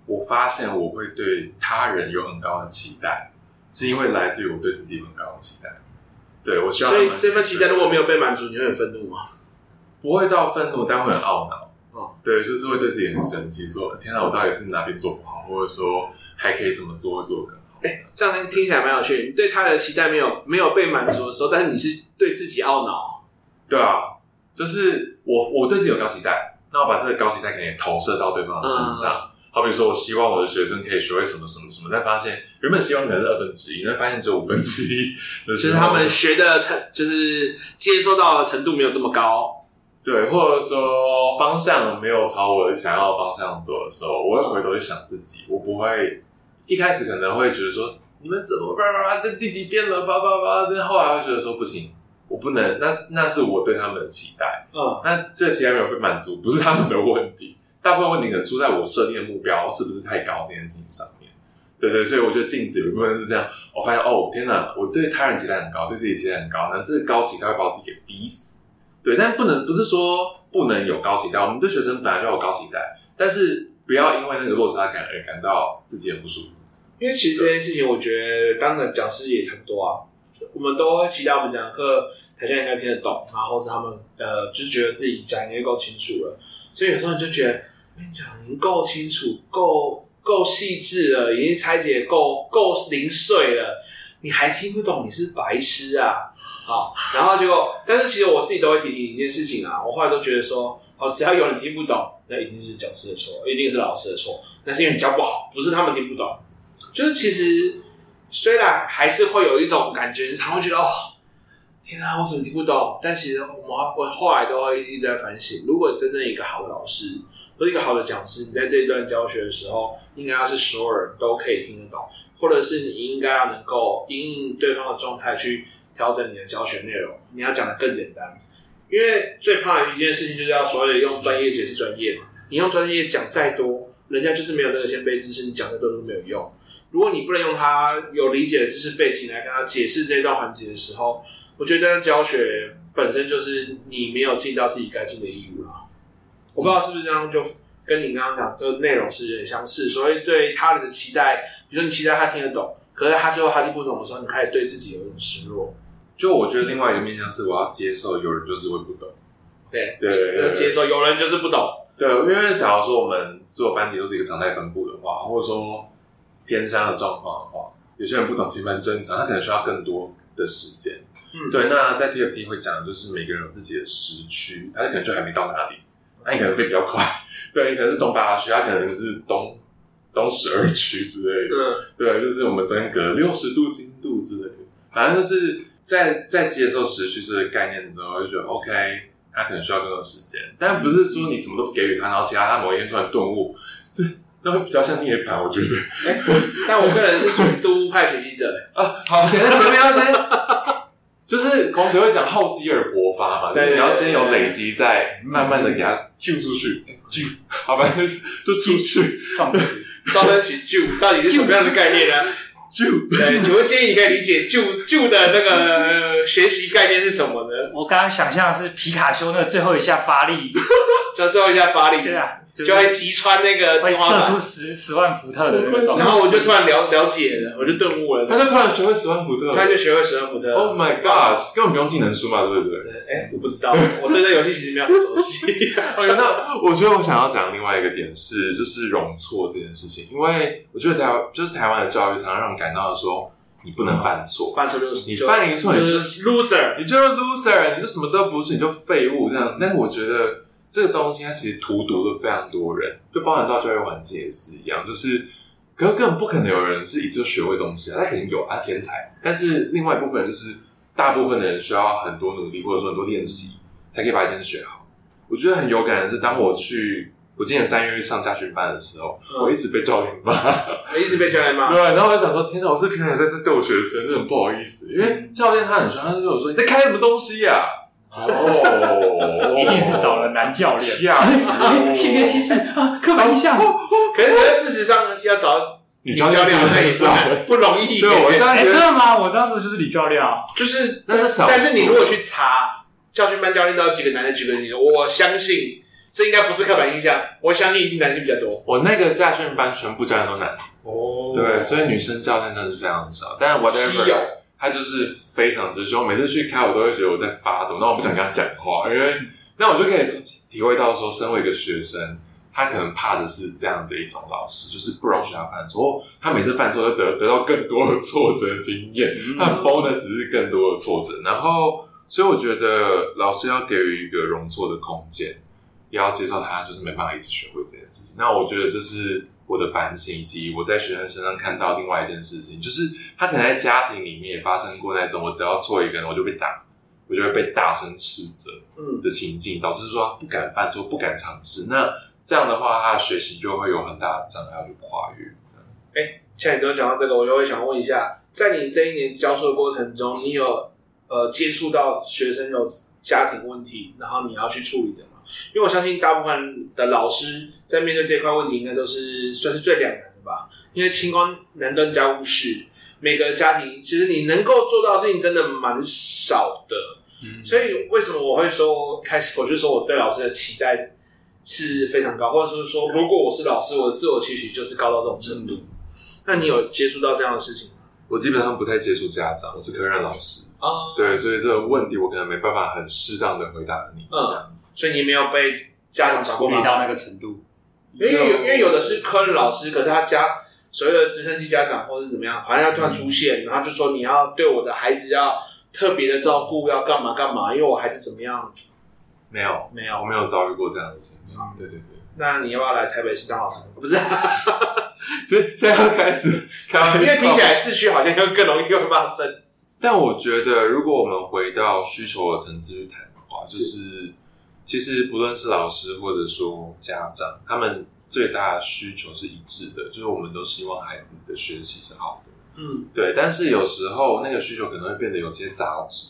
S4: 我发现我会对他人有很高的期待，是因为来自于我对自己有很高的期待。对我希望他
S3: 所
S4: 们，
S3: 以这份期待如果没有被满足，你会很愤怒吗？
S4: 不会到愤怒，但会很懊恼。
S3: 哦
S4: 对，就是会对自己很生气，说天哪，我到底是哪边做不好，或者说还可以怎么做会做得更好。
S3: 这样听起来蛮有趣。你对他的期待没有没有被满足的时候，但是你是对自己懊恼。
S4: 对啊，就是我我对自己有高期待，那我把这个高期待可能投射到对
S3: 嗯
S4: 方的身上。好比说，我希望我的学生可以学会什么什么什么，但发现原本希望可能是二分之一，但发现只有五分之一的
S3: 只
S4: 时
S3: 是
S4: 候，
S3: 他们学的程，就是接收到的程度没有这么高。
S4: 对，或者说方向没有朝我想要的方向走的时候，我会回头去想自己，我不会一开始可能会觉得说你们怎么叭叭叭，这第几遍了叭叭叭，但后来会觉得说不行，我不能，那是那是我对他们的期待。
S3: 嗯，
S4: 那这期还没有被满足，不是他们的问题，大部分问题可能出在我设定的目标是不是太高这件事情上面。对对，所以我觉得镜子有一部分是这样，我发现哦，天哪，我对他人期待很高，对自己期待很高，那这个高期待会把我自己给逼死。对，但不能不是说不能有高期待，我们对学生本来就有高期待，但是不要因为那个落差感而感到自己很不舒服。
S3: 因为其实这件事情，我觉得当个讲师也差不多啊。我们都会期待我们讲的课台下应该听得懂，然后是他们呃，就觉得自己讲也够清楚了。所以有时候你就觉得，我跟你讲已经够清楚、够够细致了，已经拆解够够零碎了，你还听不懂，你是白痴啊！好，然后结果，但是其实我自己都会提醒一件事情啊，我后来都觉得说，哦，只要有你听不懂，那一定是讲师的错，一定是老师的错，那是因为你教不好，不是他们听不懂。就是其实虽然还是会有一种感觉，常会觉得哦，天啊，我怎么听不懂？但其实我后我后来都会一直在反省，如果真正一个好的老师或者一个好的讲师，你在这一段教学的时候，应该要是所有人都可以听得懂，或者是你应该要能够因应对方的状态去调整你的教学内容，你要讲的更简单。因为最怕的一件事情就是要所有的用专业解释专业嘛，你用专业讲再多，人家就是没有那个先辈知识，你讲再多都没有用。如果你不能用他有理解的知识背景来跟他解释这一段环节的时候，我觉得教学本身就是你没有尽到自己该尽的义务啦。我不知道是不是这样，就跟你刚刚讲这个内容是有点相似。所谓对他人的期待，比如说你期待他听得懂，可是他最后他听不懂的时候，你开始对自己有一种失落。
S4: 就我觉得另外一个面向是，我要接受有人就是会不懂。
S3: 对，
S4: 对对对
S3: 这个接受有人就是不懂，
S4: 对，因为假如说我们做班级都是一个常态分布的话，或者说偏乡的状况的话，有些人不懂其实蛮正常，他可能需要更多的时间。
S3: 嗯
S4: 对，那在 TFT 会讲的就是每个人有自己的时区，他可能就还没到哪里，那你可能飞比较快， 对，你可能是东八区，他可能是东东十二区之类的。
S3: 嗯，
S4: 对，啊就是我们昨天隔六十度经度之类的，反正就是在在接受时序这个概念之后，就觉得 OK，他可能需要更多时间，但不是说你什么都不给予他，然后其他他某一天突然顿悟，这那会比较像涅槃，我觉得
S3: 但我个人是属于动物派学习者，
S4: 啊。好， 可能前面要先， 就是孔子会讲厚积而薄发嘛，就是你要先有累积，再慢慢的给他救出去，救， 好吧，就出去
S2: 撞自己。
S3: 招生起救到底是什么样的概念呢？
S4: 救。
S3: 对，请问建议你可以理解旧旧的那个呃学习概念是什么呢？
S2: 我刚刚想象的是皮卡丘那个最后一下发 力，
S3: 就最后一下发力，
S2: 对啊，就
S3: 就会击穿那个
S2: 会
S3: 天花
S2: 射出
S3: 板，
S2: 十十万伏特的那个状
S3: 然
S2: 态。
S3: 后我就突然了了解了，我就顿悟了，
S4: 他就突然学会十万伏特
S3: 他就学会十二伏特。
S4: 嗯，Oh my gosh，根本不用技能书嘛，对不对？
S3: 对哎，我不知道，我对这游戏其实没有很熟悉。
S4: 哦，那我觉得我想要讲另外一个点是，就是容错这件事情，因为我觉得台湾就是台湾的教育常让人感到说，你不能犯错，
S3: 犯错就是
S4: 你
S3: 就
S4: 犯一错你
S3: 就
S4: 就是
S3: loser，
S4: 你就是 loser，你就什么都不是，你就废物这样。但是我觉得这个东西它其实荼毒了非常多人，就包含到教育环境也是一样，就是可是根本不可能有人是一次就学会东西啊，他肯定有啊天才，但是另外一部分人就是大部分的人需要很多努力或者说很多练习才可以把一件事学好。我觉得很有感的是，当我去我今年三月去上家训班的时候，
S3: 嗯
S4: 我一直被教练骂。
S3: 我一直被教练骂
S4: 对，，然后我就想说，天哪，我是可能在这逗学生，真的很不好意思，因为教练他很凶，他就跟我说你在开什么东西呀、哦
S2: 一定是找 了男教练。
S4: 呀，
S2: 啊 性别歧视啊，刻板印象。
S3: 可是事实上要找
S4: 女
S3: 教
S4: 教练
S3: 练哎
S4: 很少，
S3: 不容易。
S4: 对我这样
S2: 哎，
S4: 觉
S2: 真
S4: 得，
S2: 的吗？我当时就是李教练啊，
S3: 就是，
S4: 那是少数
S3: 但是你如果去查教训班教练都有几个男的，几个女的，我相信这应该不是刻板印象，我相信一定男性比较多。
S4: 我那个驾训班全部教练都男，
S3: 哦
S4: 对，所以女生教练真的是非常少，但
S3: 稀有
S4: whatever。他就是非常之凶，每次去开我都会觉得我在发抖，那我不想跟他讲话，因为那我就可以体会到说，身为一个学生，他可能怕的是这样的一种老师，就是不容许他犯错，他每次犯错就得得到更多的挫折经验，
S3: 嗯
S4: 他的 bonus 是更多的挫折，然后所以我觉得老师要给予一个容错的空间，也要接受他就是没办法一直学会这件事情。那我觉得这是我的反省，以及我在学生身上看到另外一件事情，就是他可能在家庭里面也发生过那种，我只要错一个人我就被打，我就会被大声斥责
S3: 嗯，
S4: 的情境，导致说他不敢犯错，不敢尝试。那这样的话，他的学习就会有很大的障碍要去跨越。
S3: 既然你都讲到这个，我就会想问一下，在你这一年教书的过程中，你有呃接触到学生有家庭问题，然后你要去处理的吗？因为我相信大部分的老师在面对这块问题，应该都是算是最两难的吧。因为清官难断家务事，每个家庭其实你能够做到的事情真的蛮少的。所以为什么我会说开始，我就说我对老师的期待是非常高，或者是说如果我是老师，我的自我期许就是高到这种程度。那你有接触到这样的事情吗？
S4: 我基本上不太接触家长，我是科任老师，
S3: 啊，
S4: 对，所以这个问题我可能没办法很适当的回答你。
S3: 嗯
S4: 这样
S3: 所以你没有被家长找
S2: 处
S3: 过
S2: 理
S3: 麻
S2: 到
S3: 烦，
S2: 那个程度，
S3: 因为有因为有的是科任老师，可是他家所谓的直升系家长或者怎么样，好像他突然出现，然后就说你要对我的孩子要特别的照顾，要干嘛干嘛，因为我孩子怎么样
S4: 没有，啊
S3: 没
S4: 我
S3: 有。
S4: 没有遭遇过这样的经历。对对对。
S3: 那你要不要来台北市当老师？不是、
S4: 所以现在要开始 开玩笑，
S3: 因为听起来市区好像又更容易会发生。
S4: 但我觉得，如果我们回到需求的层次去谈的话，就是是其实不论是老师或者说家长，他们最大的需求是一致的，就是我们都希望孩子的学习是好的。
S3: 嗯，
S4: 对，但是有时候那个需求可能会变得有些杂质，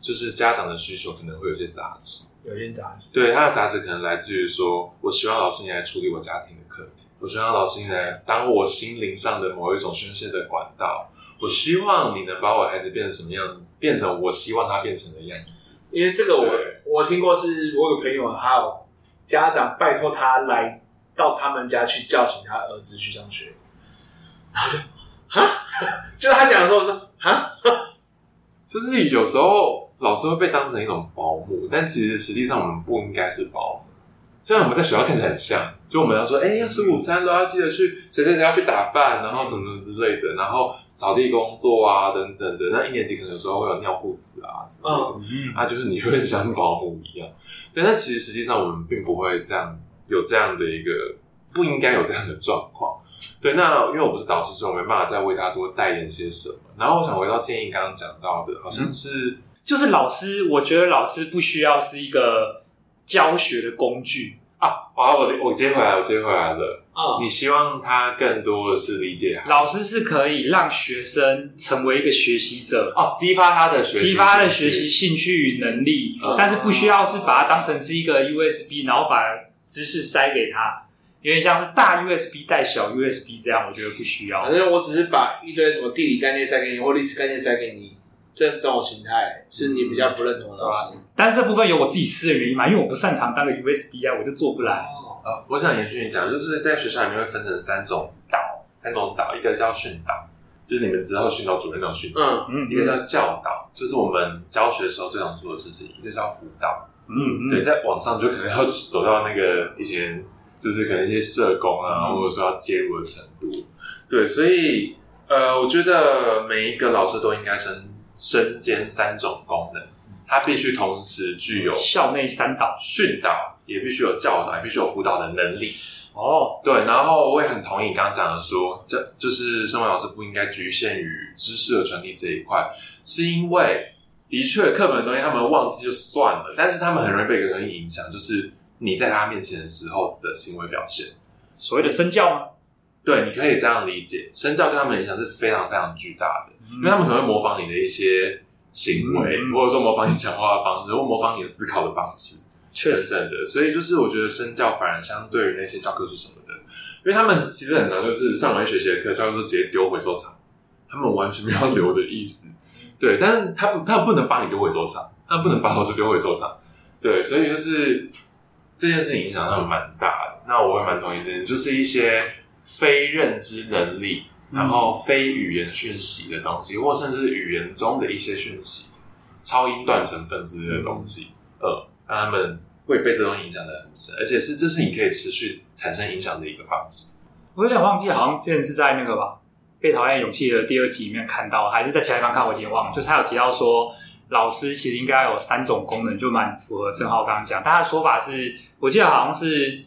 S4: 就是家长的需求可能会有些杂质。
S3: 有点杂质。
S4: 对，他的杂质可能来自于说，我希望老师你来处理我家庭的课题，我希望老师你来当我心灵上的某一种宣泄的管道，我希望你能把我孩子变成什么样，变成我希望他变成的样子。
S3: 因为这个我
S4: 对
S3: 我听过是，我有个朋友还有家长拜托他来到他们家去叫醒他儿子去上学，然后就哈，就是他 讲的时候我说哈，
S4: 就是有时候老师会被当成一种保姆，但其实实际上我们不应该是保姆。虽然我们在学校看起来很像，就我们要说，哎、要吃午餐了，要记得去谁谁谁要去打饭，然后什么什么之类的，然后扫地工作啊等等的。那一年级可能有时候会有尿裤子啊之类的。
S3: 嗯，
S2: 嗯，
S4: 啊，就是你会像保姆一样。但那其实实际上我们并不会这样有这样的一个不应该有这样的状况。对，那因为我不是导师，所以我没办法再为他多代言些什么。然后我想回到建议刚刚讲到的，好像是
S2: 就是老师，我觉得老师不需要是一个教学的工具，
S4: 啊，哇，我我接回来，我接回来了。
S3: 啊、
S4: 你希望他更多的是理解孩
S2: 老师是可以让学生成为一个学习者，
S4: 哦，激发他的学习，
S2: 激发他的学习。兴趣与能力
S4: 嗯，
S2: 但是不需要是把它当成是一个 USB，然后把知识塞给他，有点像是大 USB 带小 USB 这样，我觉得不需要
S3: 反。正我只是把一堆什么地理概念塞给你，或历史概念塞给你，这这种形态是你比较不认同的老师。
S2: 但是这部分有我自己私人原因嘛，因为我不擅长当个 USB 啊，我就做不来。
S3: 哦，
S4: 呃，我想延续你讲，就是在学校里面会分成三种导，三种导，一个叫训导，就是你们知道训导主任那种训导。
S3: 嗯，
S2: 嗯
S4: 一个叫教导，就是我们教学的时候最常做的事情；一个叫辅导，
S2: 嗯
S4: 对，，在网上就可能要走到那个以前就是可能一些社工啊，
S2: 嗯
S4: 或者说要介入的程度，对，所以。呃，我觉得每一个老师都应该身身兼三种功能，他必须同时具有
S2: 校内三岛
S4: 训导，也必须有教导，也必须有辅导的能力。
S2: 哦，
S4: 对，然后我也很同意你刚刚讲的说，这就是身为老师不应该局限于知识的传递这一块，是因为的确课本的东西他们忘记就算了，但是他们很容易被一个东西影响，就是你在他面前的时候的行为表现。
S2: 所谓的身教吗？
S4: 对，你可以这样理解，身教对他们的影响是非常非常巨大的，因为他们可能会模仿你的一些行为，
S2: 嗯
S4: 或者说模仿你讲话的方式，或模仿你的思考的方式。
S2: 确
S4: 等
S2: 实，
S4: 等的，所以就是我觉得身教反而相对于那些教科书什么的，因为他们其实很常就是上完学习的课，教科书直接丢回收场，他们完全没有留的意思。对，但是他不，他们不能把你丢回收场，他们不能把老师丢回收场。对，所以就是这件事情影响他们蛮大的。那我会蛮同意这件事，就是一些非认知能力，然后非语言讯息的东西，或甚至语言中的一些讯息，超音断成分之类的东西，呃，让他们会被这东西影响的很深，而且是这是你可以持续产生影响的一个方式。
S2: 我有点忘记，好像之前是在那个吧《被讨厌的勇气》的第二集里面看到，还是在其他地方看，我有点忘了。就是他有提到说，老师其实应该有三种功能，就蛮符合郑浩刚刚讲。但他的说法是，我记得好像是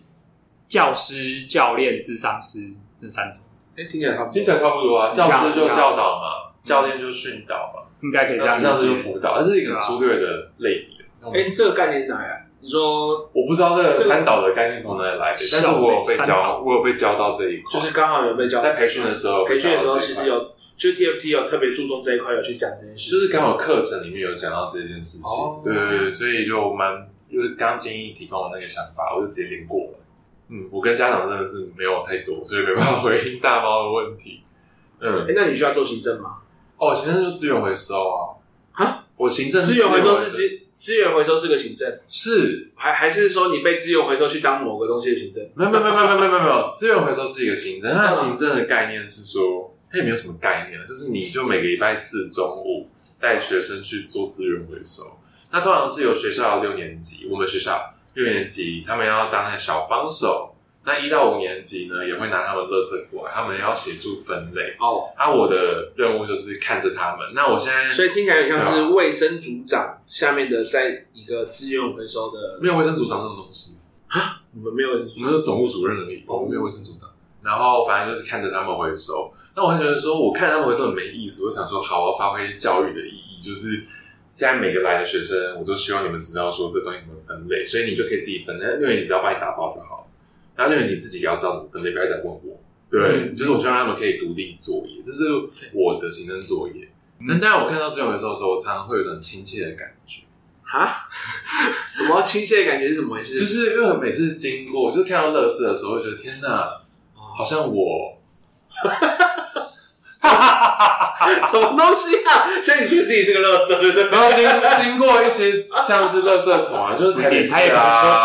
S2: 教师、教练、智商师这三种，
S3: 哎、听起来他
S4: 听起来差不多啊，
S2: 教
S4: 教
S2: 师
S4: 师
S2: 就
S4: 就
S2: 教
S4: 教导嘛，教练就训导嘛，
S2: 应该可以这
S4: 那
S2: 样
S4: 实际上
S2: 理
S4: 就
S2: 解。
S4: 是辅导，它是一个很粗略的类别。
S3: 哎、这个概念是哪呀、你说
S4: 我不知道这个三岛的概念从哪里来的，但是我有被
S2: 校内三岛
S4: 教，我有被教到这一块，
S3: 欸就是刚好有被教
S4: 在培训的时候，
S3: 培训的时候，其实
S4: 有，
S3: 有就是 TFT 有特别注重这一块，有去讲这件事，
S4: 就是刚好课程里面有讲到这件事情，
S3: 哦
S4: 对对对，所以就蛮就是刚建议提供的那个想法，我就直接连过了。嗯，我跟家长真的是没有太多，所以没办法回应大猫的问题。嗯
S3: 哎、，那你需要做行政吗？
S4: 哦，行政就资源回收啊，
S3: 啊，
S4: 我行政是
S3: 资源回收
S4: 资
S3: 是资资源回收是个行政，
S4: 是
S3: 还还是说你被资源回收去当某个东西的行政？
S4: 没有没有没有没有没有没有没有，资源回收是一个行政，它的行政的概念是说，它也没有什么概念，啊就是你就每个礼拜四中午带学生去做资源回收。那通常是由学校的六年级，我们学校六年级他们要当那个小帮手，那一到五年级呢也会拿他们垃圾过来，他们要协助分类。
S3: 哦，
S4: 啊，我的任务就是看着他们。那我现在
S3: 所以听起来很像是卫生组长下面的，在一个资源回收的，
S4: 没有卫生组长这种东西，
S3: 你们没有卫生组
S4: 我
S3: 长
S4: 们是总务主任而已，我们没有卫生组长。然后反正就是看着他们回收，那我会觉得说，我看他们回收很没意思。我想说，好，我要发挥教育的意义，就是现在每个来的学生，我都希望你们知道说这东西怎么分类，所以你就可以自己分。那六年级只要帮你打包就好了，然后六年级自己也要知道怎么分类，不要再问我。对，
S2: 嗯
S4: 就是我希望他们可以独立作业，这是我的行政作业。那当然，我看到资源回收的时候，我常常会有一种亲切的感觉。
S3: 哈，什么亲切的感觉是怎么回事？
S4: 就是因为我每次经过，就是看到乐色的时候，会觉得天哪，
S3: 哦
S4: 好像我
S3: 什么东西啊？所以你觉得自己是个乐色，对不对？
S4: 然后经经过一些像是乐色 桶啊，就是
S2: 他
S4: 台
S2: 也
S4: 北
S2: 不是
S4: 市
S2: 说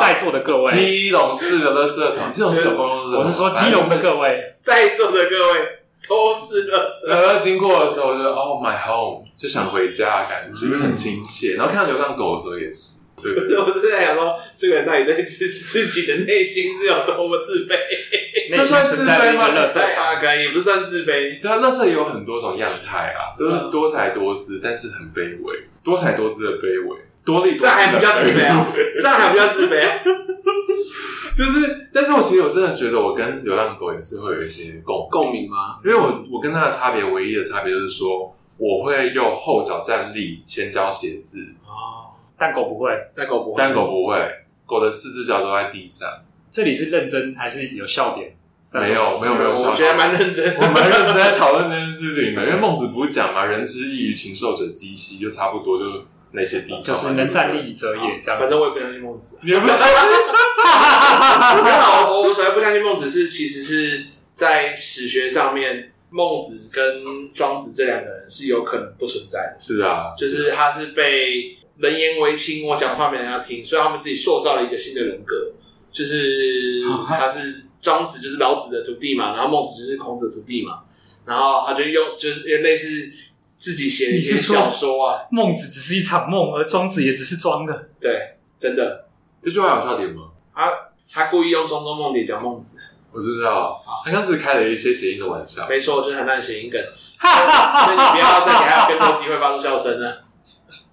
S2: 在
S4: 啊、
S2: 座的各位，
S4: 基隆市的乐色 桶，基隆市有公共垃圾桶
S2: 我是说基隆的各位，
S3: 在座的各位都是乐色。
S4: 然后经过的时候，我就 Oh my home，就想回家的感觉，
S2: 嗯
S4: 因为很亲切。然后看到流浪狗的时候也是，对，
S3: 我是在想说，这个人到底对自自己的内心是有多么自卑？哎
S2: 内心存在的一个垃圾
S3: 在
S2: 场。
S3: 阿甘也不算自卑，
S4: 对啊，乐色也有很多种样态啊，就是多才多
S2: 嗯
S4: 姿，但是很卑微，多才多姿的卑微，多力
S3: 这
S4: 多姿的
S3: 还不叫自卑 啊！这还不叫自卑啊！
S4: 就是，但是我其实我真的觉得我跟流浪狗也是会有一些共
S3: 共，鸣吗？
S4: 因为我我跟它的差别唯一的差别就是说，我会用后脚站立，前脚写字，
S3: 哦，
S2: 但狗不会，
S3: 但狗不会
S4: 但狗不会，狗的四只脚都在地上，
S2: 这里是认真还是有笑点？
S4: 没有没有没有笑
S3: 我觉得蛮认真
S4: 我蛮认真在讨论这件事情的，因为孟子不是讲嘛，人之异于禽兽者鸡兮，就差不多就那些地方嘛，
S2: 就是能站立者也这样
S3: 反
S2: 子。
S3: 正我也不相信孟子、啊。
S4: 对不对，你也不
S3: 没有啊， 我我所谓不相信孟子是，其实是在史学上面，孟子跟庄子这两个人是有可能不存在的。
S4: 是是啊，
S3: 就是他是被人言为轻，我讲话没人要听，所以他们自己塑造了一个新的人格，就是他是庄子就是老子的徒弟嘛，然后孟子就是孔子的徒弟嘛，然后他就用就是有点类似自己写的一
S2: 你
S3: 篇
S2: 是说
S3: 小说啊，
S2: 孟子只是一场梦，而庄子也只是装的。
S3: 对，真的，
S4: 这句话有笑点吗？
S3: 他故意用庄周梦蝶讲孟子，
S4: 我知道，他刚只是开了一些谐音的玩笑，
S3: 没错，就是很烂谐音梗，
S2: 哈哈
S3: 所以你不要再给他
S2: 哈！
S3: 更多机会发出笑声了。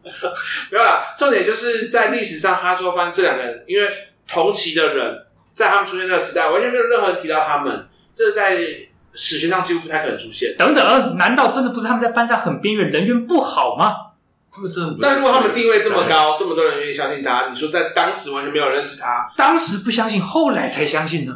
S3: 没有啦，重点就是在历史上，哈说翻这两个人，因为同期的人在他们出现那个时代，完全没有任何人提到他们，这在史学上几乎不太可能出现。
S2: 等等，难道真的不是他们在班上很边缘，人缘不好吗？
S4: 他们真的不是
S3: 但如果他们地位这么，高，这么多人愿意相信他，你说在当时完全没有人认识他，
S2: 当时不相信，后来才相信呢？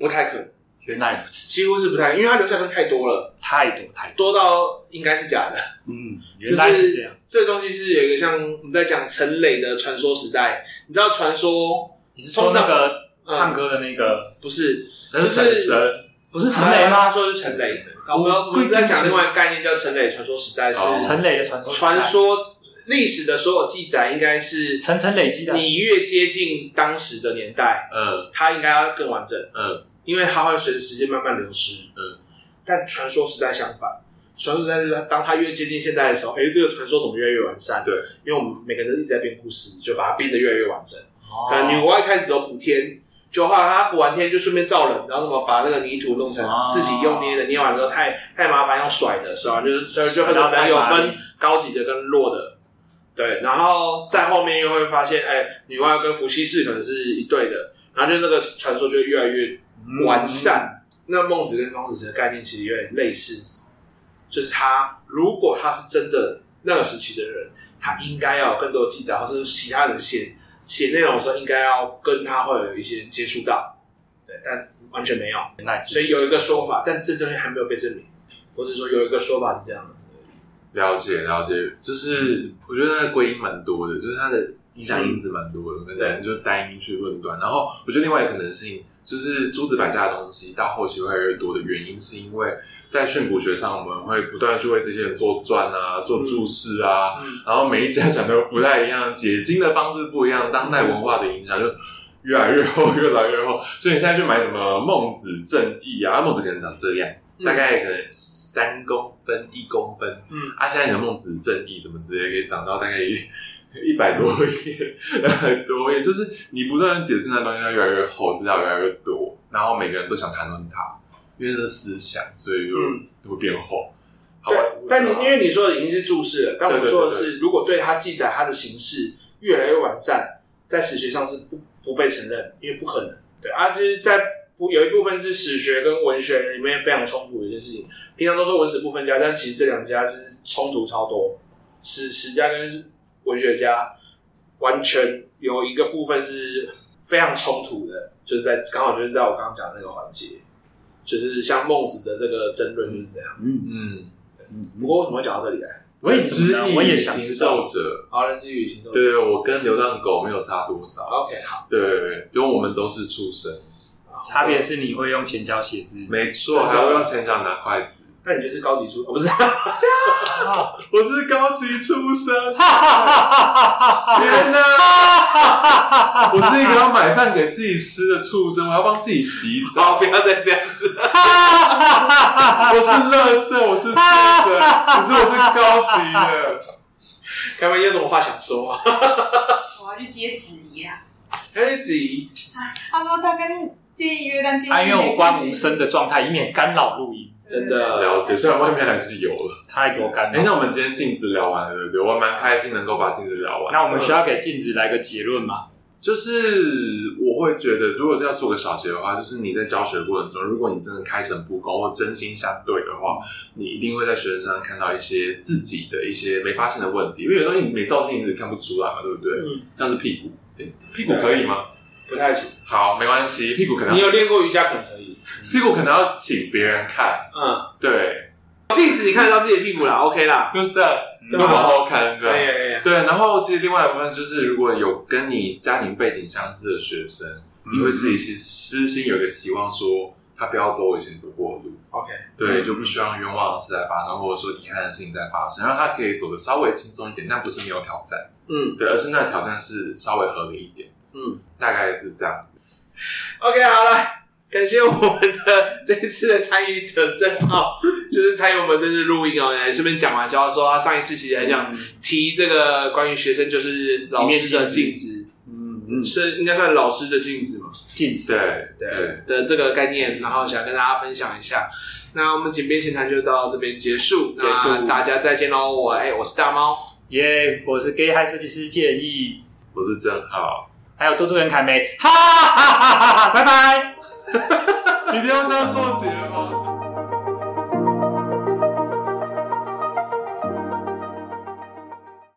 S3: 不太可能，
S2: 原来如此，
S3: 几乎是不太，因为他留下的东西太多了，
S2: 太多太多，
S3: 多到应该是假的。
S2: 嗯，原来是这样。
S3: 这东西是有一个像我们在讲陈磊的传说时代，你知道传说
S2: 你是说那个
S3: 嗯
S2: 唱歌的那个，
S3: 不是
S4: 那是
S3: 就
S4: 陈
S3: 是
S4: 神，
S2: 不是陈磊吗
S3: 他？说是陈磊，我们我们在讲另外一个概念叫陈磊传说时代，是
S4: 哦
S2: 陈磊的传说，
S3: 传说历史的所有记载应该是
S2: 层层累积的。
S3: 你越接近当时的年代，
S4: 嗯
S3: 它应该要更完整。
S4: 嗯，
S3: 因为它会随着时间慢慢流失。
S4: 嗯，
S3: 但传说时代相反，传说时代是它当它越接近现代的时候，哎、这个传说怎么越来越完善？
S4: 对，
S3: 因为我们每个人都一直在编故事，就把它编得越来越完整。
S2: 哦
S3: 可能女娲一开始走补天，就后来她补完天就顺便造人，然后什么把那个泥土弄成
S2: 哦
S3: 自己用捏的，捏完之后太太麻烦，用甩的，甩完就是就就分
S2: 然
S3: 成
S2: 后太
S3: 人有
S2: 麻烦
S3: 分高级的跟弱的。对，然后在后面又会发现，哎、女娲跟伏羲氏可能是一对的，然后就那个传说就越来越
S2: 嗯
S3: 完善。那孟子跟庄子的概念其实有点类似，就是他如果他是真的那个时期的人，他应该要有更多的记载，或者是其他人写写内容的时候，应该要跟他会有一些接触到，对，但完全没有。
S2: 原来是
S3: 所以有一个说法，但这东西还没有被证明，或者说有一个说法是这样子的，
S4: 了解了解，就是我觉得他的归因蛮多的，就是他的影响因子蛮多的，可能就单一去论断。然后我觉得另外一个可能性就是诸子百家的东西到后期会越来越多的原因，是因为在训诂学上，我们会不断地去为这些人做传啊、做注释啊，
S3: 嗯，
S4: 然后每一家讲的不太一样，解经的方式不一样，当代文化的影响就越来越厚，越来越厚。所以你现在去买什么孟子正义啊，孟子可能长这样，大概可能三公分、一公分，
S3: 嗯，
S4: 啊，现在你的孟子正义什么之类，可以长到大概一一百多 页，两百多页，就是你不断的解释那东西，它越来越厚，资料越来越多，然后每个人都想谈论它，因为是思想，所以就
S3: 嗯
S4: 就会变厚。好
S3: 对
S4: 吧，啊
S3: 但你因为你说的已经是注释了，但我
S4: 对对对
S3: 说的是，如果对它记载它的形式越来越完善，在史学上是不不被承认，因为不可能。对啊，就是在不有一部分是史学跟文学里面非常冲突的一件事情。平常都说文史不分家，但其实这两家是冲突超多，史史家跟文学家完全有一个部分是非常冲突的，就是在刚好就是在我刚刚讲的那个环节，就是像孟子的这个争论就是这样。
S2: 嗯
S4: 嗯。
S2: 嗯，
S3: 不过为什么会讲到这里来？
S2: 为什么
S3: 嗯
S2: 呢？我也想
S4: 禽
S2: 知
S4: 兽
S2: 道。
S4: 者，
S3: 好人之语禽兽
S4: 对对，我跟流浪狗没有差多少。
S3: ，OK，好，
S4: 对对，对因为我们都是畜生，
S2: 差别是你会用前脚写字，
S4: 没错，
S3: 真的
S4: 还要用前脚拿筷子。
S3: 那你就是高级出，哦、不是？
S2: 哈
S4: 我是高级畜生，
S2: 哈哈哈哈哈！
S4: 天哪！
S2: 哈
S4: 我是一个要买饭给自己吃的畜生，我要帮自己洗
S3: 好，
S4: 澡
S3: 不。要再这样子。
S2: 哈
S4: 我是垃圾，我是畜生，可是我是高级的。
S3: 凯文有什么话想说 吗？
S1: 我要去接子怡啊！
S3: 哎，子怡，
S1: 他说他跟介意约，但介意
S2: 啊，因为我关无声的状态，以免干扰录音，
S3: 真的
S4: 了解，虽然外面还是有了。
S2: 太多干
S4: 哎，那
S2: 扰。
S4: 我们今天镜子聊完了，对不对？我蛮开心能够把镜子聊完。
S2: 那我们需要给镜子来个结论吗？
S4: 就是我会觉得，如果是要做个小结的话，就是你在教学过程中，如果你真的开诚布公或真心相对的话，你一定会在学生身上看到一些自己的一些没发现的问题，因为有东西你没照镜子看不出来嘛，对不对？
S3: 嗯，
S4: 像是屁股，诶屁股可以吗？
S3: 不太行。
S4: 好，没关系，屁股可能
S3: 你
S4: 要
S3: 有练过瑜伽，可能可以。
S4: 屁股可能要请别人看，
S3: 嗯，
S4: 对，
S3: 镜子你看得到自己的屁股啦，OK 啦。哎
S4: 就这样，
S3: 对
S4: 就
S3: 啊
S4: 往后看这
S3: 可以
S4: 样。
S3: 可以。
S4: 对，然后其实另外一部分就是，如果有跟你家庭背景相似的学生，你会自己其实私心有一个期望说，他不要走我以前走过的路，
S3: OK，
S4: 对，
S2: 嗯
S4: 就不希望冤枉的事来发生，或者说遗憾的事情在发生，让他可以走的稍微轻松一点，但不是没有挑战，
S3: 嗯
S4: 对，而是那个挑战是稍微合理一点，
S3: 嗯
S4: 大概是这样。
S3: ，OK，好了。感谢我们的 这一次的参与者郑浩，就是参与我们这次录音哦。哎顺便讲完，就要说他上一次其实还想提这个关于学生就是老师的
S2: 一面镜
S3: 镜子，
S2: 嗯，嗯，
S3: 是应该算老师的镜子嘛？
S2: 禁止。
S4: 对
S3: 对的这个概念，然后想跟大家分享一下。那我们井边闲谈就到这边结束，
S2: 结束
S3: 那大家再见喽！我哎、我是大猫，
S2: 耶、我是 gay 嗨设计师建议，
S4: 我是真好，
S2: 还有嘟嘟人凯 梅，哈哈哈哈哈哈，拜拜。
S4: 一定要这样做结吗？